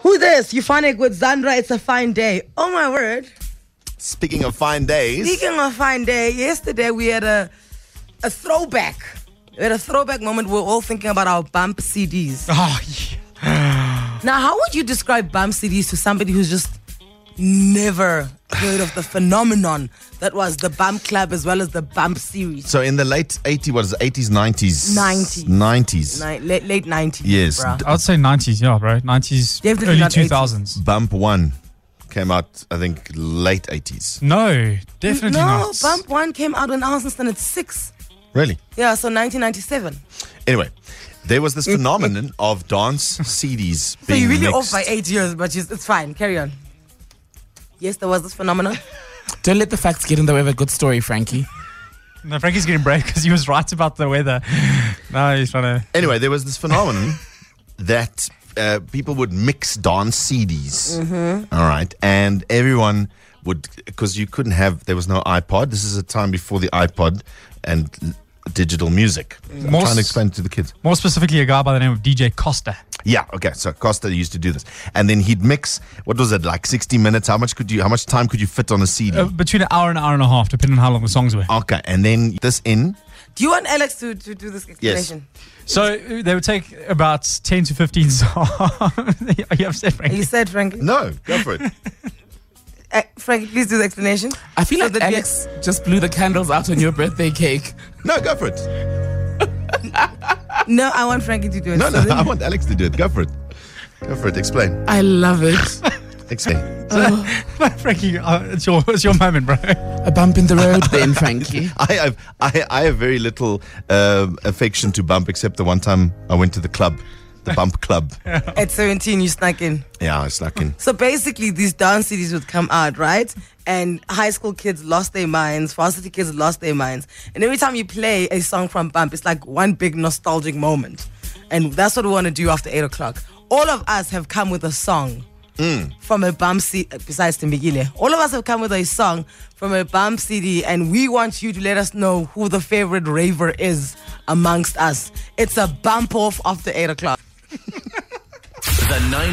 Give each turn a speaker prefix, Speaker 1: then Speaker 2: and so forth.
Speaker 1: Who this? Euphonic with Zandra. It's a fine day. Oh my word.
Speaker 2: Speaking of fine days,
Speaker 1: Speaking of fine day, yesterday we had a a throwback. We had a throwback moment. We are all thinking about our bump CDs.
Speaker 3: Oh, yeah.
Speaker 1: Now, how would you describe bump CDs to somebody who's just never heard of the phenomenon that was the bump club as well as the bump series?
Speaker 2: so in the late 80s, what is it, 80s, 90s?
Speaker 1: 90s.
Speaker 2: 90s.
Speaker 1: Ni- late, late 90s.
Speaker 2: Yes.
Speaker 1: bruh.
Speaker 3: I'd say 90s, yeah, bro. 90s,
Speaker 1: Definitely
Speaker 3: early
Speaker 1: not 80s.
Speaker 3: 2000s.
Speaker 2: Bump 1 came out, I think, late 80s.
Speaker 3: No, definitely
Speaker 1: no,
Speaker 3: not.
Speaker 1: Bump 1 came out in Arsenal at 6.
Speaker 2: Really?
Speaker 1: Yeah, so 1997.
Speaker 2: Anyway, there was this phenomenon of dance CDs
Speaker 1: Mm. So
Speaker 2: being
Speaker 1: you're really off
Speaker 2: mixed.
Speaker 1: by eight years, but you- it's fine. Carry on. Yes, there was this phenomenon.
Speaker 4: Don't let the facts get in the way of a good story, Frankie.
Speaker 3: No, Frankie's getting brave because he was right about the weather. now he's trying to.
Speaker 2: Anyway, there was this phenomenon that uh, people would mix dance CDs.
Speaker 1: Mm-hmm.
Speaker 2: All right. And everyone would, because you couldn't have, there was no iPod. This is a time before the iPod and l- digital music. I'm
Speaker 3: Most-
Speaker 2: trying to explain it to the kids.
Speaker 3: More specifically, a guy by the name of DJ Costa. Uh,
Speaker 2: Yeah. Okay. So Costa used to do this. And then he'd mix, what was it, like 60 minutes? How much could you, how much time could you fit on a CD?
Speaker 3: Uh, between an hour and an hour and a half, depending on how long the songs were.
Speaker 2: okay. And then this in.
Speaker 1: Do you want Alex to, to do this explanation?
Speaker 3: So uh, they would take about 10 to 15 songs. Are you upset, Frankie?
Speaker 1: You said, Frankie.
Speaker 2: No, go for it.
Speaker 1: Uh, Frankie, please do the explanation.
Speaker 4: I feel
Speaker 1: So
Speaker 4: like
Speaker 1: that we-
Speaker 4: Alex just blew the candles out on your birthday cake.
Speaker 2: No, go for it.
Speaker 1: No, I want Frankie to do it.
Speaker 2: No,
Speaker 1: So
Speaker 2: no,
Speaker 1: then-
Speaker 2: I want Alex to do it. Go for it. Go for it. Explain.
Speaker 4: I love it.
Speaker 2: Explain.
Speaker 3: No, Frankie, uh, it's, your, it's your moment, bro.
Speaker 4: A bump in the road, then, Frankie.
Speaker 2: I have I, I have very little um affection to bump, except the one time I went to the club, the bump club.
Speaker 1: At 17, you snuck in.
Speaker 2: Yeah, I snuck in.
Speaker 1: So basically, these dance CDs would come out, right? And high school kids lost their minds, varsity kids lost their minds. And every time you play a song from Bump, it's like one big nostalgic moment. And that's what we want to do after 8 o'clock. All of us have come with a song from a Bump CD, besides Timbigile. All of us have come with a song from a Bump CD, and we want you to let us know who the favorite raver is amongst us. It's a bump off after 8 o'clock.
Speaker 5: The 9